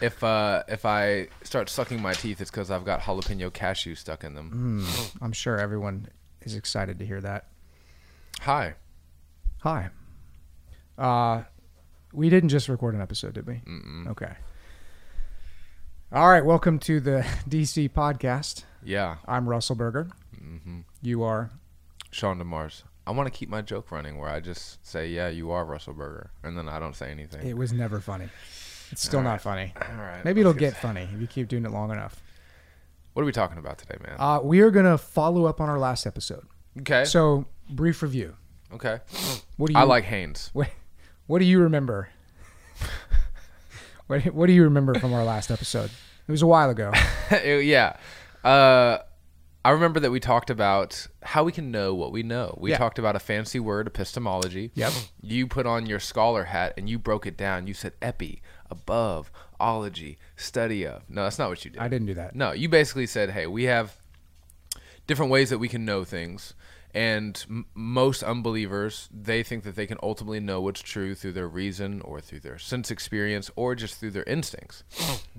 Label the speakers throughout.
Speaker 1: If uh, if I start sucking my teeth, it's because I've got jalapeno cashew stuck in them.
Speaker 2: I'm sure everyone is excited to hear that. Mm.
Speaker 1: Hi.
Speaker 2: Hi. Uh, we didn't just record an episode, did we? mm Okay. All right. Welcome to the DC podcast.
Speaker 1: Yeah,
Speaker 2: I'm Russell Berger.
Speaker 1: Mm-hmm.
Speaker 2: You are.
Speaker 1: Sean DeMars. I want to keep my joke running where I just say, "Yeah, you are Russell Berger," and then I don't say anything.
Speaker 2: It was never funny. It's still not funny.
Speaker 1: All right.
Speaker 2: Maybe it'll
Speaker 1: let's
Speaker 2: get funny if you keep doing it long enough.
Speaker 1: What are we talking about today, man?
Speaker 2: Uh, we are going to follow up on our last episode.
Speaker 1: okay.
Speaker 2: So, brief review.
Speaker 1: okay.
Speaker 2: What do you
Speaker 1: I like Haynes.
Speaker 2: What, what do you remember? what, what do you remember from our last episode? It was a while ago.
Speaker 1: yeah. Uh, I remember that we talked about how we can know what we know. We
Speaker 2: Yeah.
Speaker 1: talked about a fancy word, epistemology.
Speaker 2: Yep.
Speaker 1: You put on your scholar hat and you broke it down. You said epi, above, ology, study of. No, that's not what you did.
Speaker 2: I didn't do that.
Speaker 1: No, you basically said, "Hey, we have different ways that we can know things." And m- most unbelievers, they think that they can ultimately know what's true through their reason or through their sense experience or just through their instincts.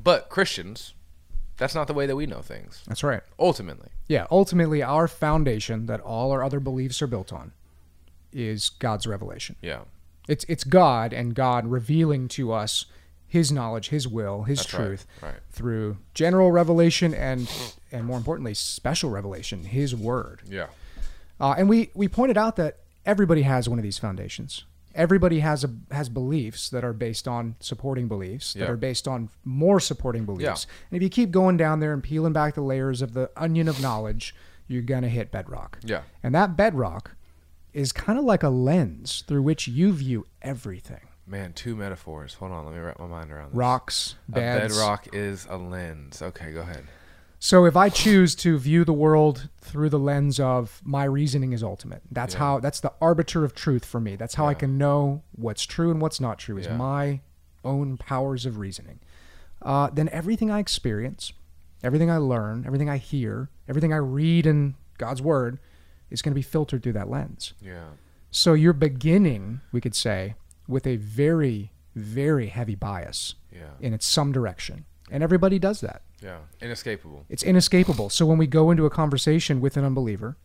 Speaker 1: But Christians, that's not the way that we know things.
Speaker 2: That's right.
Speaker 1: Ultimately,
Speaker 2: Yeah, ultimately, our foundation that all our other beliefs are built on is God's revelation.
Speaker 1: yeah,
Speaker 2: It's it's God and God revealing to us His knowledge, His will, His
Speaker 1: right,
Speaker 2: truth
Speaker 1: right.
Speaker 2: through general revelation and and more importantly, special revelation, His Word.
Speaker 1: yeah,
Speaker 2: Uh, and we we pointed out that everybody has one of these foundations. Everybody has a has beliefs that are based on supporting beliefs that
Speaker 1: Yeah.
Speaker 2: are based on more supporting beliefs. And if you keep going down there and peeling back the layers of the onion of knowledge, you're gonna hit bedrock.
Speaker 1: yeah,
Speaker 2: And that bedrock is kind of like a lens through which you view everything.
Speaker 1: man. Two metaphors. Hold on, let me wrap my mind around this.
Speaker 2: Rocks,
Speaker 1: A
Speaker 2: beds.
Speaker 1: bedrock is a lens. Okay, go ahead.
Speaker 2: So if I choose to view the world through the lens of my reasoning is ultimate, that's
Speaker 1: Yeah.
Speaker 2: how that's the arbiter of truth for me. That's how I
Speaker 1: Yeah.
Speaker 2: can know what's true and what's not true is
Speaker 1: Yeah.
Speaker 2: my own powers of reasoning. Uh, then everything I experience, everything I learn, everything I hear, everything I read in God's word is going to be filtered through that lens.
Speaker 1: Yeah,
Speaker 2: So you're beginning, we could say, with a very, very heavy bias
Speaker 1: yeah,
Speaker 2: in its some direction. And everybody does that.
Speaker 1: yeah. Inescapable.
Speaker 2: It's inescapable. So when we go into a conversation with an unbeliever,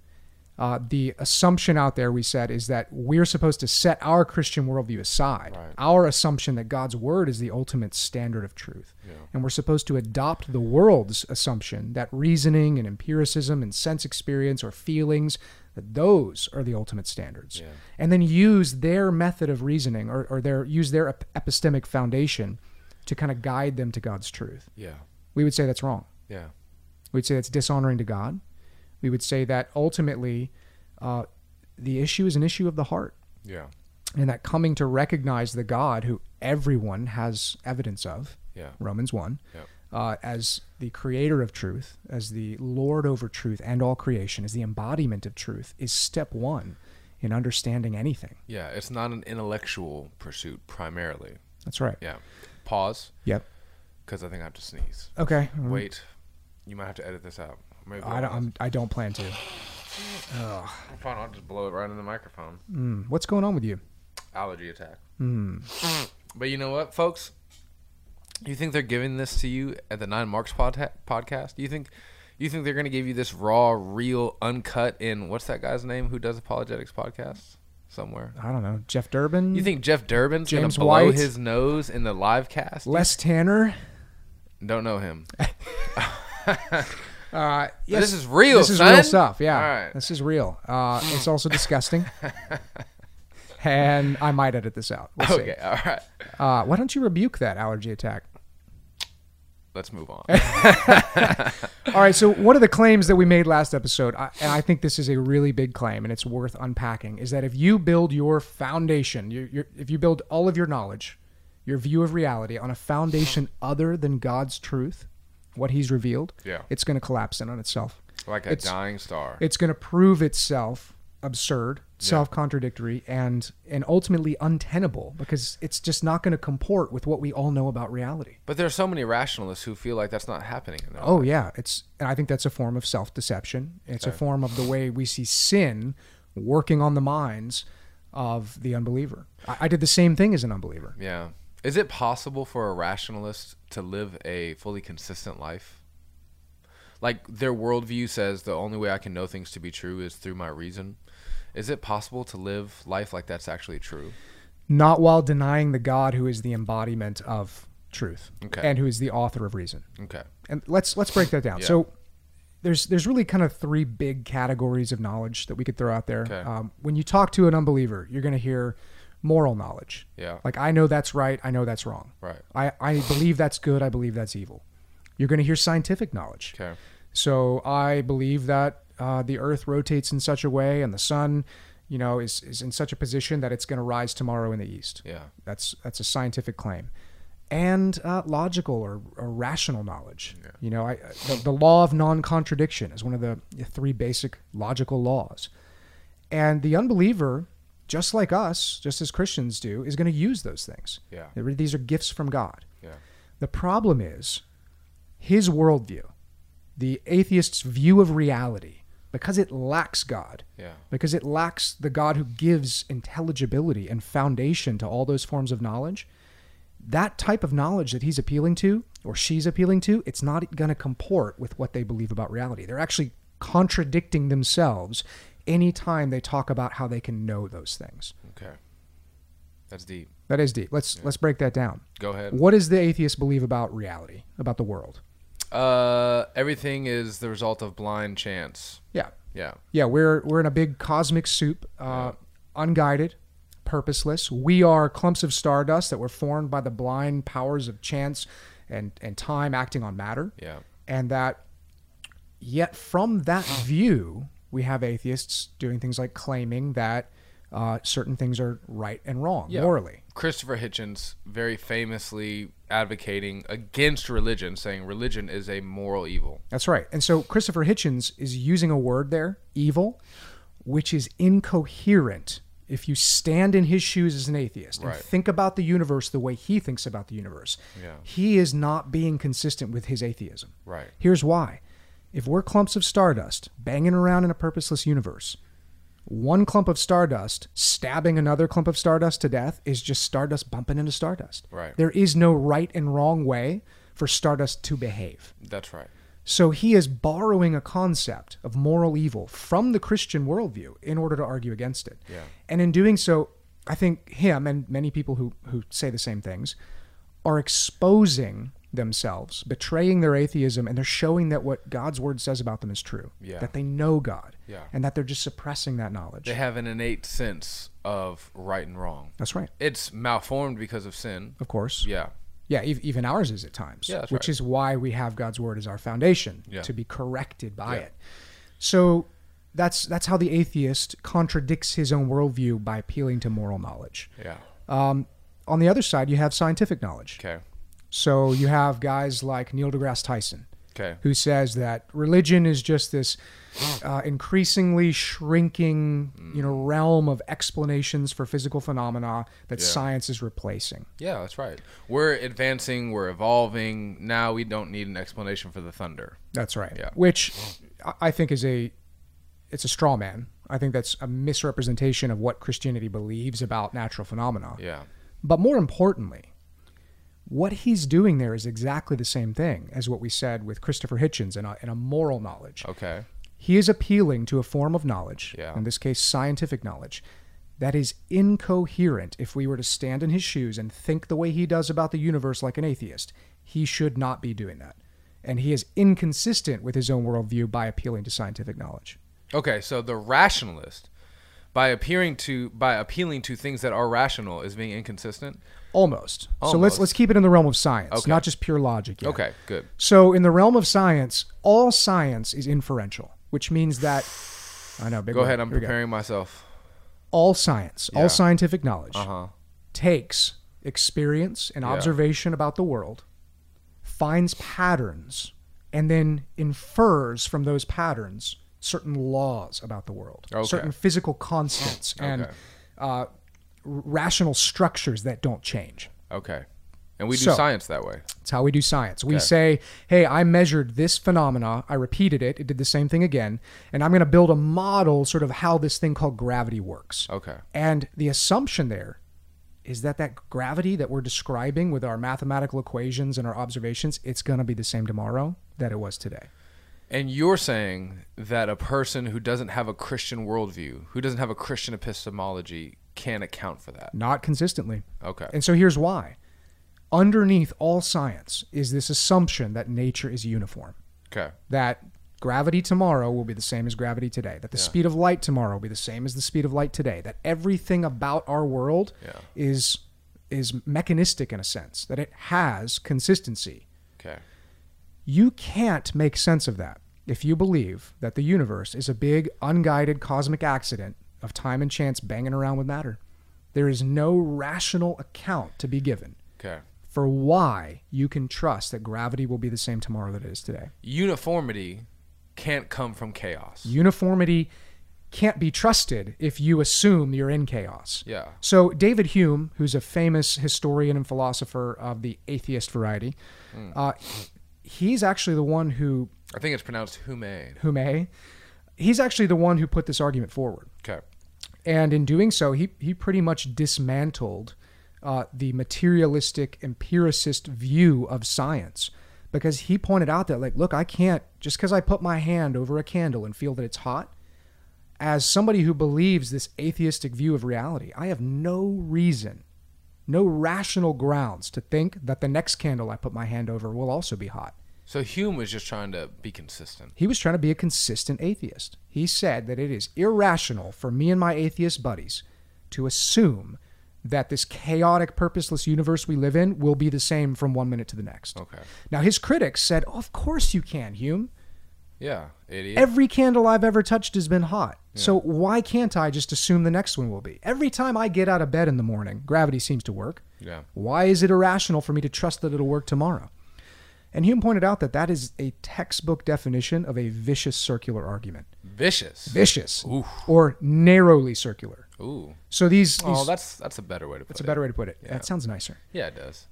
Speaker 2: uh, the assumption out there we said is that we're supposed to set our Christian worldview aside,
Speaker 1: Right.
Speaker 2: our assumption that God's word is the ultimate standard of truth.
Speaker 1: Yeah.
Speaker 2: And we're supposed to adopt the world's assumption that reasoning and empiricism and sense experience or feelings, that those are the ultimate standards.
Speaker 1: Yeah.
Speaker 2: And then use their method of reasoning or, or their use their ep- epistemic foundation to kind of guide them to God's truth.
Speaker 1: Yeah,
Speaker 2: We would say that's wrong.
Speaker 1: yeah,
Speaker 2: We'd say that's dishonoring to God. We would say that ultimately, uh, the issue is an issue of the heart,
Speaker 1: yeah,
Speaker 2: and that coming to recognize the God who everyone has evidence of,
Speaker 1: yeah,
Speaker 2: Romans 1,
Speaker 1: Yep.
Speaker 2: uh, as the creator of truth, as the Lord over truth and all creation, as the embodiment of truth, is step one in understanding anything.
Speaker 1: yeah. It's not an intellectual pursuit primarily.
Speaker 2: That's right.
Speaker 1: Yeah. Pause.
Speaker 2: Yep.
Speaker 1: Because I think I have to sneeze.
Speaker 2: Okay.
Speaker 1: Wait. You might have to edit this out. Maybe
Speaker 2: I don't, I'm, I don't plan to.
Speaker 1: I'm fine. I'll just blow it right in the microphone.
Speaker 2: Mm, what's going on with you?
Speaker 1: Allergy attack.
Speaker 2: Hmm.
Speaker 1: But you know what, folks? You think they're giving this to you at the Nine Marks podha- podcast? You think you think they're going to give you this raw, real, uncut in what's that guy's name who does apologetics podcasts somewhere?
Speaker 2: I don't know. Jeff Durbin?
Speaker 1: You think Jeff Durbin's going
Speaker 2: James
Speaker 1: to blow
Speaker 2: White?
Speaker 1: his nose in the live cast?
Speaker 2: Les Tanner?
Speaker 1: Don't know him.
Speaker 2: Uh, yes,
Speaker 1: This is real.
Speaker 2: This is
Speaker 1: son.
Speaker 2: real stuff. Yeah,
Speaker 1: All right.
Speaker 2: this is real. Uh, it's also disgusting, and I might edit this out. We'll see.
Speaker 1: Okay. All right.
Speaker 2: Uh, why don't you rebuke that allergy attack?
Speaker 1: Let's move on.
Speaker 2: All right. So one of the claims that we made last episode, I, and I think this is a really big claim, and it's worth unpacking, is that if you build your foundation, your, your, if you build all of your knowledge, your view of reality on a foundation other than God's truth, what He's revealed,
Speaker 1: Yeah.
Speaker 2: it's going to collapse in on itself.
Speaker 1: Like a
Speaker 2: It's-
Speaker 1: dying star.
Speaker 2: it's going to prove itself absurd, self-contradictory, and and ultimately untenable because it's just not going to comport with what we all know about reality.
Speaker 1: But there are so many rationalists who feel like that's not happening. In their
Speaker 2: Oh yeah, it's and I think that's a form of self-deception. It's a form of the way we see sin working on the minds of the unbeliever. I, I did the same thing as an unbeliever.
Speaker 1: Yeah. Is it possible for a rationalist to live a fully consistent life? Like their worldview says the only way I can know things to be true is through my reason. Is it possible to live life like that's actually true?
Speaker 2: not while denying the God who is the embodiment of truth
Speaker 1: Okay.
Speaker 2: and who is the author of reason.
Speaker 1: Okay.
Speaker 2: And let's let's break that down.
Speaker 1: Yeah.
Speaker 2: So there's there's really kind of three big categories of knowledge that we could throw out there.
Speaker 1: Okay.
Speaker 2: Um, when you talk to an unbeliever, you're going to hear moral knowledge.
Speaker 1: Yeah.
Speaker 2: Like I know that's right, I know that's wrong.
Speaker 1: Right.
Speaker 2: I, I believe that's good, I believe that's evil. You're going to hear scientific knowledge.
Speaker 1: Okay.
Speaker 2: So I believe that uh, the Earth rotates in such a way, and the sun, you know, is is in such a position that it's going to rise tomorrow in the east.
Speaker 1: Yeah.
Speaker 2: That's that's a scientific claim, and uh, logical or, or rational knowledge. You know, I, I- the, the law of non-contradiction is one of the three basic logical laws, and the unbeliever, just like us, just as Christians do, is going to use those things.
Speaker 1: Yeah.
Speaker 2: They're- These are gifts from God.
Speaker 1: Yeah.
Speaker 2: The problem is his worldview, the atheist's view of reality, because it lacks God,
Speaker 1: Yeah.
Speaker 2: because it lacks the God who gives intelligibility and foundation to all those forms of knowledge. That type of knowledge that he's appealing to or she's appealing to, it's not going to comport with what they believe about reality. They're actually contradicting themselves anytime they talk about how they can know those things.
Speaker 1: Okay. That's deep.
Speaker 2: That is deep. Let's let's break that down.
Speaker 1: Go ahead.
Speaker 2: What does the atheist believe about reality, about the world?
Speaker 1: Uh, everything is the result of blind chance.
Speaker 2: Yeah.
Speaker 1: Yeah.
Speaker 2: Yeah, we're we're in a big cosmic soup, uh, unguided, purposeless. We are clumps of stardust that were formed by the blind powers of chance and and time acting on matter,
Speaker 1: Yeah.
Speaker 2: and that yet from that view we have atheists doing things like claiming that uh, certain things are right and wrong
Speaker 1: Yeah.
Speaker 2: morally.
Speaker 1: Christopher Hitchens very famously advocating against religion, saying religion is a moral evil.
Speaker 2: That's right. And so Christopher Hitchens is using a word there, evil, which is incoherent. If you stand in his shoes as an atheist
Speaker 1: Right.
Speaker 2: and think about the universe the way he thinks about the universe,
Speaker 1: Yeah.
Speaker 2: he is not being consistent with his atheism.
Speaker 1: Right.
Speaker 2: Here's why. If we're clumps of stardust banging around in a purposeless universe, one clump of stardust stabbing another clump of stardust to death is just stardust bumping into stardust.
Speaker 1: Right.
Speaker 2: There is no right and wrong way for stardust to behave.
Speaker 1: That's right.
Speaker 2: So he is borrowing a concept of moral evil from the Christian worldview in order to argue against it.
Speaker 1: Yeah.
Speaker 2: And in doing so, I think him and many people who, who say the same things are exposing themselves, betraying their atheism, and they're showing that what God's word says about them is true.
Speaker 1: Yeah.
Speaker 2: That they know God.
Speaker 1: Yeah.
Speaker 2: And that they're just suppressing that knowledge.
Speaker 1: They have an innate sense of right and wrong.
Speaker 2: That's right.
Speaker 1: It's malformed because of sin.
Speaker 2: Of course.
Speaker 1: Yeah.
Speaker 2: Yeah, ev- even ours is at times,
Speaker 1: Yeah, that's
Speaker 2: which
Speaker 1: right.
Speaker 2: is why we have God's word as our foundation
Speaker 1: Yeah.
Speaker 2: to be corrected by
Speaker 1: Yeah.
Speaker 2: it. So that's that's how the atheist contradicts his own worldview by appealing to moral knowledge.
Speaker 1: Yeah.
Speaker 2: Um, on the other side, you have scientific knowledge.
Speaker 1: Okay.
Speaker 2: So you have guys like Neil deGrasse Tyson,
Speaker 1: Okay.
Speaker 2: who says that religion is just this uh, increasingly shrinking, you know, realm of explanations for physical phenomena that
Speaker 1: Mm. Yeah.
Speaker 2: science is replacing.
Speaker 1: Yeah, that's right. We're advancing, we're evolving. Now we don't need an explanation for the thunder.
Speaker 2: That's right.
Speaker 1: Yeah.
Speaker 2: Which I- I think is a it's a straw man. I think that's a misrepresentation of what Christianity believes about natural phenomena.
Speaker 1: Yeah.
Speaker 2: But more importantly, what he's doing there is exactly the same thing as what we said with Christopher Hitchens and a, and a moral knowledge.
Speaker 1: Okay.
Speaker 2: He is appealing to a form of knowledge,
Speaker 1: Yeah.
Speaker 2: in this case, scientific knowledge, that is incoherent if we were to stand in his shoes and think the way he does about the universe like an atheist. He should not be doing that. And he is inconsistent with his own worldview by appealing to scientific knowledge.
Speaker 1: Okay, so the rationalist by appearing to by appealing to things that are rational is being inconsistent.
Speaker 2: Almost. So let's
Speaker 1: Almost.
Speaker 2: let's keep it in the realm of science,
Speaker 1: Okay.
Speaker 2: not just pure logic. yet.
Speaker 1: Okay, good.
Speaker 2: So in the realm of science, all science is inferential, which means that I know. Big
Speaker 1: Go
Speaker 2: word.
Speaker 1: ahead, I'm
Speaker 2: Here we go.
Speaker 1: preparing myself.
Speaker 2: All science,
Speaker 1: Yeah.
Speaker 2: all scientific knowledge,
Speaker 1: Uh-huh.
Speaker 2: takes experience and
Speaker 1: Yeah.
Speaker 2: observation about the world, finds patterns, and then infers from those patterns certain laws about the world,
Speaker 1: Okay. Oh,
Speaker 2: certain physical constants, and
Speaker 1: Okay.
Speaker 2: uh, r- rational structures that don't change.
Speaker 1: Okay. And we do
Speaker 2: So-
Speaker 1: science that way.
Speaker 2: It's how we do science. We say, hey, I measured this phenomena, I repeated it, it did the same thing again, and I'm going to build a model sort of how this thing called gravity works.
Speaker 1: Okay.
Speaker 2: And the assumption there is that that gravity that we're describing with our mathematical equations and our observations, it's going to be the same tomorrow that it was today.
Speaker 1: And you're saying that a person who doesn't have a Christian worldview, who doesn't have a Christian epistemology, can't account for that.
Speaker 2: Not consistently.
Speaker 1: Okay.
Speaker 2: And so here's why. Underneath all science is this assumption that nature is uniform,
Speaker 1: Okay.
Speaker 2: that gravity tomorrow will be the same as gravity today, that the
Speaker 1: Yeah.
Speaker 2: speed of light tomorrow will be the same as the speed of light today, that everything about our world
Speaker 1: Yeah.
Speaker 2: is is mechanistic in a sense, that it has consistency.
Speaker 1: Okay.
Speaker 2: You can't make sense of that if you believe that the universe is a big, unguided cosmic accident of time and chance banging around with matter. There is no rational account to be given
Speaker 1: Okay.
Speaker 2: for why you can trust that gravity will be the same tomorrow that it is today.
Speaker 1: Uniformity can't come from chaos.
Speaker 2: Uniformity can't be trusted if you assume you're in chaos.
Speaker 1: Yeah.
Speaker 2: So, David Hume, who's a famous historian and philosopher of the atheist variety, uh, he's actually the one who
Speaker 1: I think it's pronounced humane.
Speaker 2: Hume, he's actually the one who put this argument forward.
Speaker 1: Okay.
Speaker 2: And in doing so, he, he pretty much dismantled uh, the materialistic empiricist view of science because he pointed out that, like, look, I can't, just because I put my hand over a candle and feel that it's hot, as somebody who believes this atheistic view of reality, I have no reason, no rational grounds to think that the next candle I put my hand over will also be hot.
Speaker 1: So Hume was just trying to be consistent.
Speaker 2: He was trying to be a consistent atheist. He said that it is irrational for me and my atheist buddies to assume that this chaotic, purposeless universe we live in will be the same from one minute to the next.
Speaker 1: Okay.
Speaker 2: Now, his critics said, oh, Of course you can, Hume.
Speaker 1: Yeah. Idiot.
Speaker 2: Every candle I've ever touched has been hot. So why can't I just assume the next one will be? Every time I get out of bed in the morning, gravity seems to work.
Speaker 1: yeah.
Speaker 2: Why is it irrational for me to trust that it'll work tomorrow? And Hume pointed out that that is a textbook definition of a vicious circular argument.
Speaker 1: Vicious.
Speaker 2: Vicious
Speaker 1: Oof.
Speaker 2: or narrowly circular.
Speaker 1: Ooh.
Speaker 2: So these, these
Speaker 1: Oh, that's that's a better way to put
Speaker 2: that's a
Speaker 1: it.
Speaker 2: better way to put it.
Speaker 1: Yeah.
Speaker 2: That sounds nicer.
Speaker 1: Yeah, it does.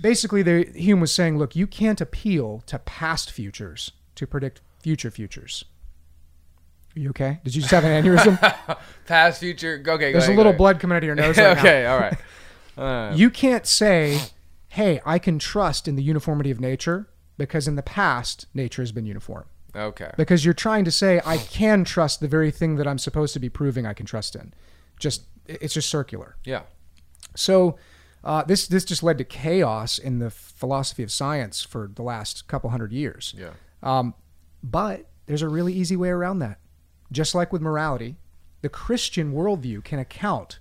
Speaker 2: Basically, the, Hume was saying, look, you can't appeal to past futures to predict future futures. Are you okay? Did you just have an aneurysm?
Speaker 1: Past, future. Okay. go
Speaker 2: There's a
Speaker 1: ahead,
Speaker 2: little
Speaker 1: go
Speaker 2: blood coming out of your nose.
Speaker 1: ahead.
Speaker 2: Right now.
Speaker 1: okay. All right. Uh,
Speaker 2: You can't say, hey, I can trust in the uniformity of nature because in the past, nature has been uniform.
Speaker 1: okay.
Speaker 2: Because you're trying to say, I can trust the very thing that I'm supposed to be proving I can trust in. Just, it's just circular.
Speaker 1: Yeah.
Speaker 2: So, uh, this, this just led to chaos in the philosophy of science for the last couple hundred years.
Speaker 1: Yeah.
Speaker 2: Um, but there's a really easy way around that. Just like with morality, the Christian worldview can account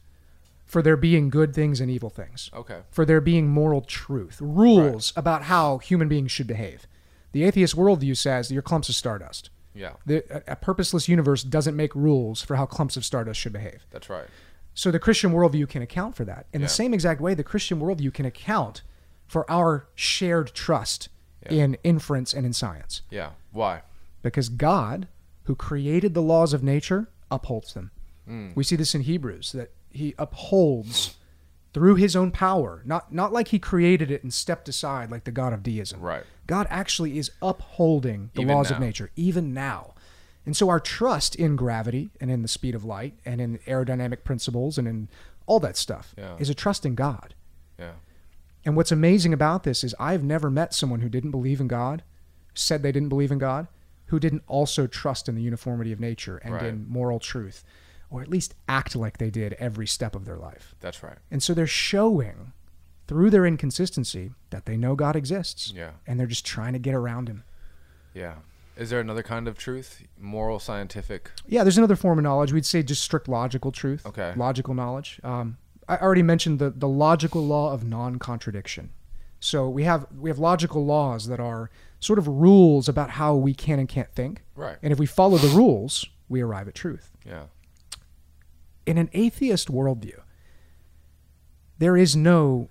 Speaker 2: for there being good things and evil things
Speaker 1: Okay.
Speaker 2: for there being moral truth, rules about how human beings should behave. The atheist worldview says your clumps of stardust.
Speaker 1: Yeah.
Speaker 2: The, a, a purposeless universe doesn't make rules for how clumps of stardust should behave.
Speaker 1: That's right.
Speaker 2: So the Christian worldview can account for that. In
Speaker 1: Yeah.
Speaker 2: the same exact way, the Christian worldview can account for our shared trust
Speaker 1: Yeah.
Speaker 2: in inference and in science
Speaker 1: Yeah. Why?
Speaker 2: because God, who created the laws of nature, upholds them. We see this in Hebrews that he upholds through his own power, not not like he created it and stepped aside like the god of deism.
Speaker 1: Right.
Speaker 2: God actually is upholding the
Speaker 1: Even
Speaker 2: laws of
Speaker 1: now.
Speaker 2: nature even now. And so our trust in gravity and in the speed of light and in aerodynamic principles and in all that stuff
Speaker 1: Yeah.
Speaker 2: is a trust in God.
Speaker 1: Yeah.
Speaker 2: And what's amazing about this is I've never met someone who didn't believe in God, said they didn't believe in God, who didn't also trust in the uniformity of nature and
Speaker 1: Right.
Speaker 2: in moral truth, or at least act like they did every step of their life.
Speaker 1: That's right.
Speaker 2: And so they're showing through their inconsistency that they know God exists
Speaker 1: Yeah.
Speaker 2: and they're just trying to get around him.
Speaker 1: Yeah. Is there another kind of truth? Moral, scientific.
Speaker 2: Yeah, there's another form of knowledge. We'd say just strict logical truth,
Speaker 1: Okay.
Speaker 2: logical knowledge. Um, I already mentioned the, the logical law of non-contradiction. So we have we have logical laws that are sort of rules about how we can and can't think,
Speaker 1: Right.
Speaker 2: and if we follow the rules, we arrive at truth.
Speaker 1: Yeah.
Speaker 2: In an atheist worldview, there is no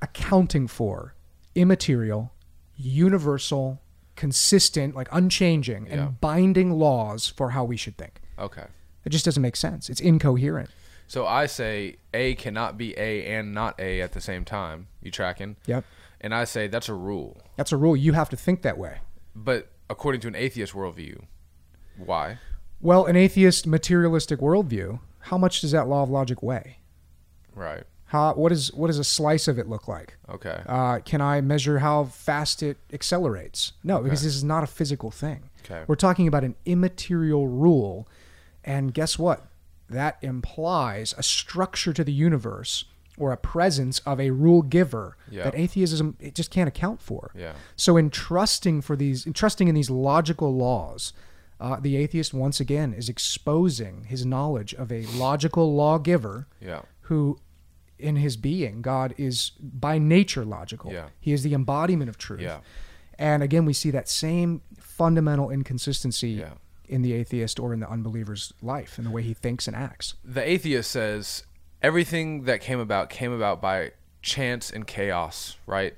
Speaker 2: accounting for immaterial, universal, consistent, like unchanging
Speaker 1: Yeah.
Speaker 2: and binding laws for how we should think.
Speaker 1: Okay.
Speaker 2: It just doesn't make sense. It's incoherent.
Speaker 1: So I say A cannot be A and not A at the same time. You tracking?
Speaker 2: Yep.
Speaker 1: And I say that's a rule.
Speaker 2: That's a rule. You have to think that way.
Speaker 1: But according to an atheist worldview, why?
Speaker 2: Well, an atheist materialistic worldview, how much does that law of logic weigh?
Speaker 1: Right.
Speaker 2: How, what is what does a slice of it look like?
Speaker 1: Okay.
Speaker 2: Uh, can I measure how fast it accelerates? No, because this is not a physical thing.
Speaker 1: Okay.
Speaker 2: We're talking about an immaterial rule, and guess what? That implies a structure to the universe or a presence of a rule giver
Speaker 1: Yeah.
Speaker 2: that atheism it just can't account for.
Speaker 1: Yeah.
Speaker 2: So in trusting for these, in trusting in these logical laws, uh, the atheist once again is exposing his knowledge of a logical lawgiver
Speaker 1: Yeah.
Speaker 2: who, in his being, God is by nature logical.
Speaker 1: Yeah.
Speaker 2: He is the embodiment of truth.
Speaker 1: Yeah.
Speaker 2: And again, we see that same fundamental inconsistency
Speaker 1: Yeah.
Speaker 2: in the atheist or in the unbeliever's life and the way he thinks and acts.
Speaker 1: The atheist says everything that came about came about by chance and chaos, right?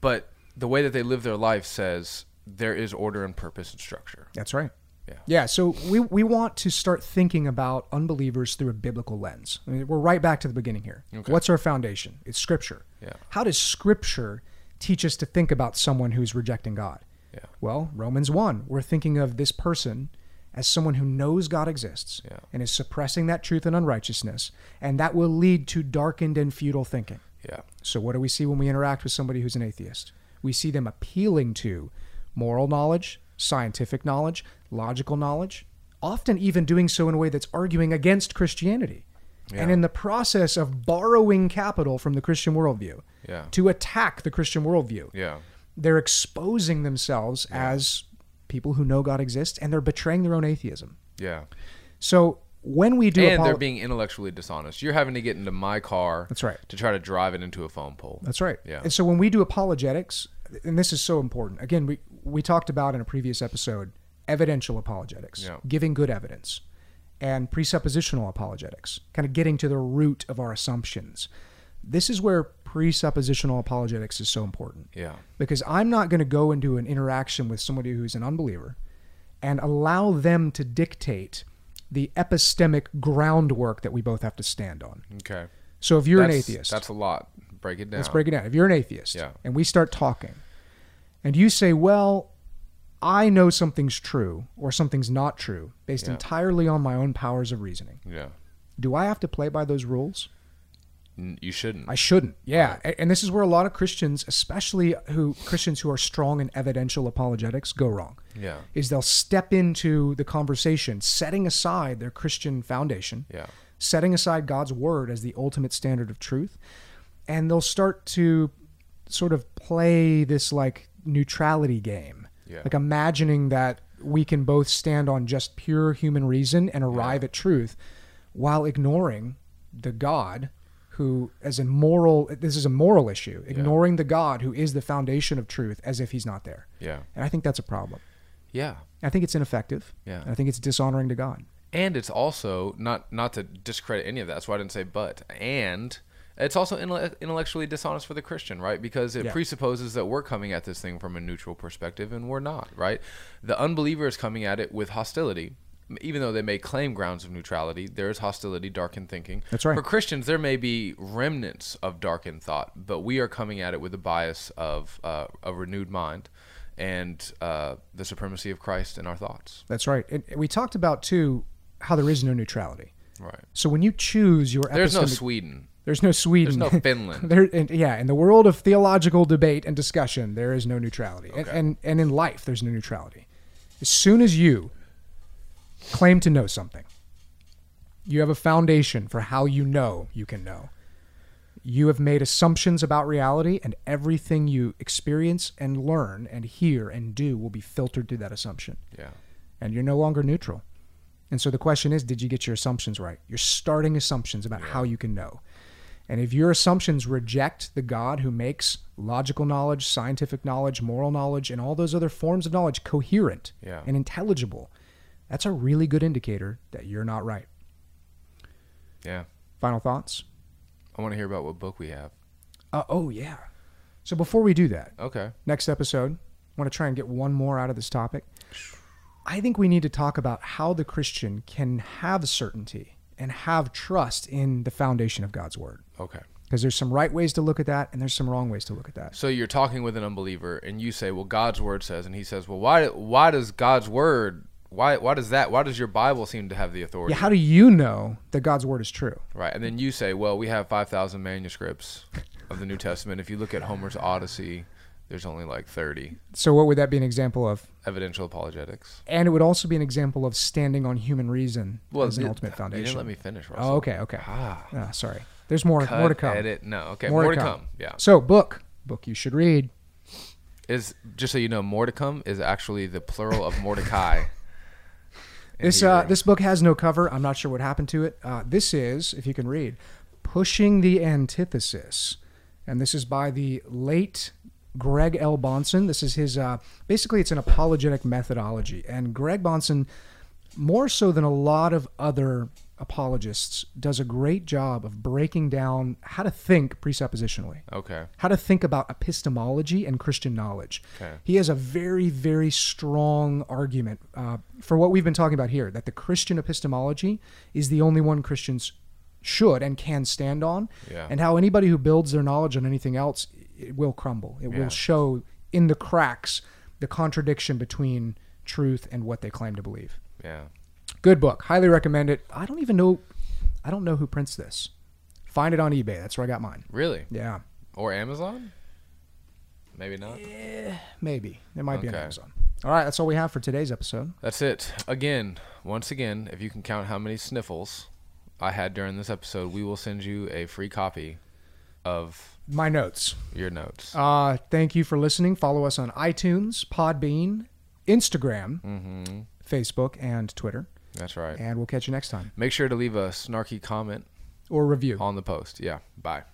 Speaker 1: But the way that they live their life says there is order and purpose and structure.
Speaker 2: That's right.
Speaker 1: Yeah.
Speaker 2: Yeah. So we, we want to start thinking about unbelievers through a biblical lens. I mean, we're right back to the beginning here.
Speaker 1: Okay.
Speaker 2: What's our foundation? It's Scripture.
Speaker 1: Yeah.
Speaker 2: How does Scripture teach us to think about someone who's rejecting God?
Speaker 1: Yeah.
Speaker 2: Well, Romans 1, we're thinking of this person as someone who knows God exists
Speaker 1: Yeah.
Speaker 2: and is suppressing that truth and unrighteousness, and that will lead to darkened and futile thinking.
Speaker 1: Yeah.
Speaker 2: So, what do we see when we interact with somebody who's an atheist? We see them appealing to moral knowledge, scientific knowledge, logical knowledge, often even doing so in a way that's arguing against Christianity. And
Speaker 1: Yeah.
Speaker 2: in the process of borrowing capital from the Christian worldview
Speaker 1: Yeah.
Speaker 2: to attack the Christian worldview,
Speaker 1: Yeah.
Speaker 2: they're exposing themselves as people who know God exists and they're betraying their own atheism.
Speaker 1: Yeah.
Speaker 2: So, when we do
Speaker 1: And
Speaker 2: apolo-
Speaker 1: they're being intellectually dishonest. You're having to get into my car
Speaker 2: That's right.
Speaker 1: to try to drive it into a phone pole.
Speaker 2: That's right.
Speaker 1: Yeah.
Speaker 2: And so when we do apologetics, and this is so important. Again, we we talked about in a previous episode evidential apologetics,
Speaker 1: Yeah.
Speaker 2: giving good evidence, and presuppositional apologetics, kind of getting to the root of our assumptions. This is where presuppositional apologetics is so important
Speaker 1: Yeah.
Speaker 2: because I'm not going to go into an interaction with somebody who's an unbeliever and allow them to dictate the epistemic groundwork that we both have to stand on.
Speaker 1: Okay.
Speaker 2: So if you're
Speaker 1: That's-
Speaker 2: an atheist,
Speaker 1: That's a lot. Break it down.
Speaker 2: Let's break it down. If you're an atheist
Speaker 1: Yeah.
Speaker 2: and we start talking and you say, well, I know something's true or something's not true based
Speaker 1: Yeah.
Speaker 2: entirely on my own powers of reasoning,
Speaker 1: Yeah.
Speaker 2: do I have to play by those rules?
Speaker 1: N- You shouldn't.
Speaker 2: I shouldn't. Yeah. A- And this is where a lot of Christians, especially who Christians who are strong in evidential apologetics, go wrong.
Speaker 1: yeah.
Speaker 2: Is they'll step into the conversation, setting aside their Christian foundation,
Speaker 1: Yeah.
Speaker 2: setting aside God's word as the ultimate standard of truth, and they'll start to sort of play this like neutrality game,
Speaker 1: Yeah.
Speaker 2: like imagining that we can both stand on just pure human reason and arrive at truth while ignoring the God who as a moral this is a moral issue ignoring the god who is the foundation of truth as if he's not there
Speaker 1: Yeah.
Speaker 2: and i think that's a problem
Speaker 1: Yeah.
Speaker 2: i think it's ineffective
Speaker 1: Yeah.
Speaker 2: i think it's dishonoring to god
Speaker 1: And it's also not not to discredit any of that. That's why I didn't say but. And it's also intelle- intellectually dishonest for the Christian, right? Because it
Speaker 2: Yeah.
Speaker 1: presupposes that we're coming at this thing from a neutral perspective, and we're not, right? The unbeliever is coming at it with hostility. Even though they may claim grounds of neutrality, there is hostility, darkened thinking.
Speaker 2: That's right.
Speaker 1: For Christians, there may be remnants of darkened thought, but we are coming at it with a bias of uh, a renewed mind and uh, the supremacy of Christ in our thoughts.
Speaker 2: That's right. And we talked about too how there is no neutrality.
Speaker 1: Right.
Speaker 2: So when you choose your
Speaker 1: There's no
Speaker 2: epistemic-
Speaker 1: Sweden.
Speaker 2: there's no Sweden,
Speaker 1: There's no Finland.
Speaker 2: there, and, yeah, in the world of theological debate and discussion, there is no neutrality, and,
Speaker 1: Okay.
Speaker 2: and and in life, there's no neutrality. As soon as you claim to know something, you have a foundation for how you know you can know. You have made assumptions about reality, and everything you experience and learn and hear and do will be filtered through that assumption.
Speaker 1: Yeah.
Speaker 2: and you're no longer neutral. And so the question is, did you get your assumptions right? You're starting assumptions about how you can know. And if your assumptions reject the God who makes logical knowledge, scientific knowledge, moral knowledge, and all those other forms of knowledge coherent
Speaker 1: Yeah.
Speaker 2: and intelligible, that's a really good indicator that you're not right.
Speaker 1: Yeah.
Speaker 2: Final thoughts?
Speaker 1: I want to hear about what book we have.
Speaker 2: Uh, oh, yeah. So before we do that,
Speaker 1: Okay.
Speaker 2: next episode, I want to try and get one more out of this topic. I think we need to talk about how the Christian can have certainty and have trust in the foundation of God's word.
Speaker 1: Okay.
Speaker 2: Because there's some right ways to look at that and there's some wrong ways to look at that.
Speaker 1: So you're talking with an unbeliever and you say, "Well, God's word says." And he says, "Well, why why does God's word why why does that why does your Bible seem to have the authority?
Speaker 2: Yeah, how do you know that God's word is true?
Speaker 1: Right. And then you say, well, we have 5,000 manuscripts of the New Testament. If you look at Homer's Odyssey, there's only like 30
Speaker 2: So what would that be an example of?
Speaker 1: evidential apologetics.
Speaker 2: And it would also be an example of standing on human reason
Speaker 1: Well,
Speaker 2: as an
Speaker 1: you-
Speaker 2: ultimate
Speaker 1: You didn't
Speaker 2: foundation.
Speaker 1: let me finish, Russell.
Speaker 2: oh, okay, okay.
Speaker 1: Ah.
Speaker 2: Ah, sorry. There's more,
Speaker 1: Cut,
Speaker 2: more to come.
Speaker 1: Edit. No, okay. More, to come. Yeah.
Speaker 2: So book, book you should read.
Speaker 1: Is just so you know, more to come is actually the plural of Mordecai. in
Speaker 2: This uh,
Speaker 1: Hebrew.
Speaker 2: this book has no cover. I'm not sure what happened to it. Uh, this is, if you can read, pushing the antithesis, and this is by the late Greg L. Bonson. This is his. Uh, basically, it's an apologetic methodology, and Greg Bonson, more so than a lot of other apologists, does a great job of breaking down how to think presuppositionally
Speaker 1: Okay.
Speaker 2: how to think about epistemology and Christian knowledge.
Speaker 1: Okay.
Speaker 2: He has a very, very strong argument uh, for what we've been talking about here that the Christian epistemology is the only one Christians should and can stand on,
Speaker 1: Yeah.
Speaker 2: and how anybody who builds their knowledge on anything else, it will crumble. It
Speaker 1: Yeah.
Speaker 2: will show in the cracks the contradiction between truth and what they claim to believe.
Speaker 1: Yeah.
Speaker 2: Good book. Highly recommend it. I don't even know, I don't know who prints this. Find it on eBay. That's where I got mine.
Speaker 1: Really?
Speaker 2: Yeah.
Speaker 1: Or Amazon? Maybe not.
Speaker 2: Eh, Maybe. It might be on
Speaker 1: Okay.
Speaker 2: Amazon. All right, that's all we have for today's episode.
Speaker 1: That's it. Again, once again, if you can count how many sniffles I had during this episode, we will send you a free copy of
Speaker 2: My notes.
Speaker 1: your notes.
Speaker 2: Uh, thank you for listening. Follow us on iTunes, Podbean, Instagram,
Speaker 1: hmm
Speaker 2: Facebook, and Twitter.
Speaker 1: That's right.
Speaker 2: And we'll catch you next time.
Speaker 1: Make sure to leave a snarky comment
Speaker 2: Or review.
Speaker 1: on the post. Yeah. Bye.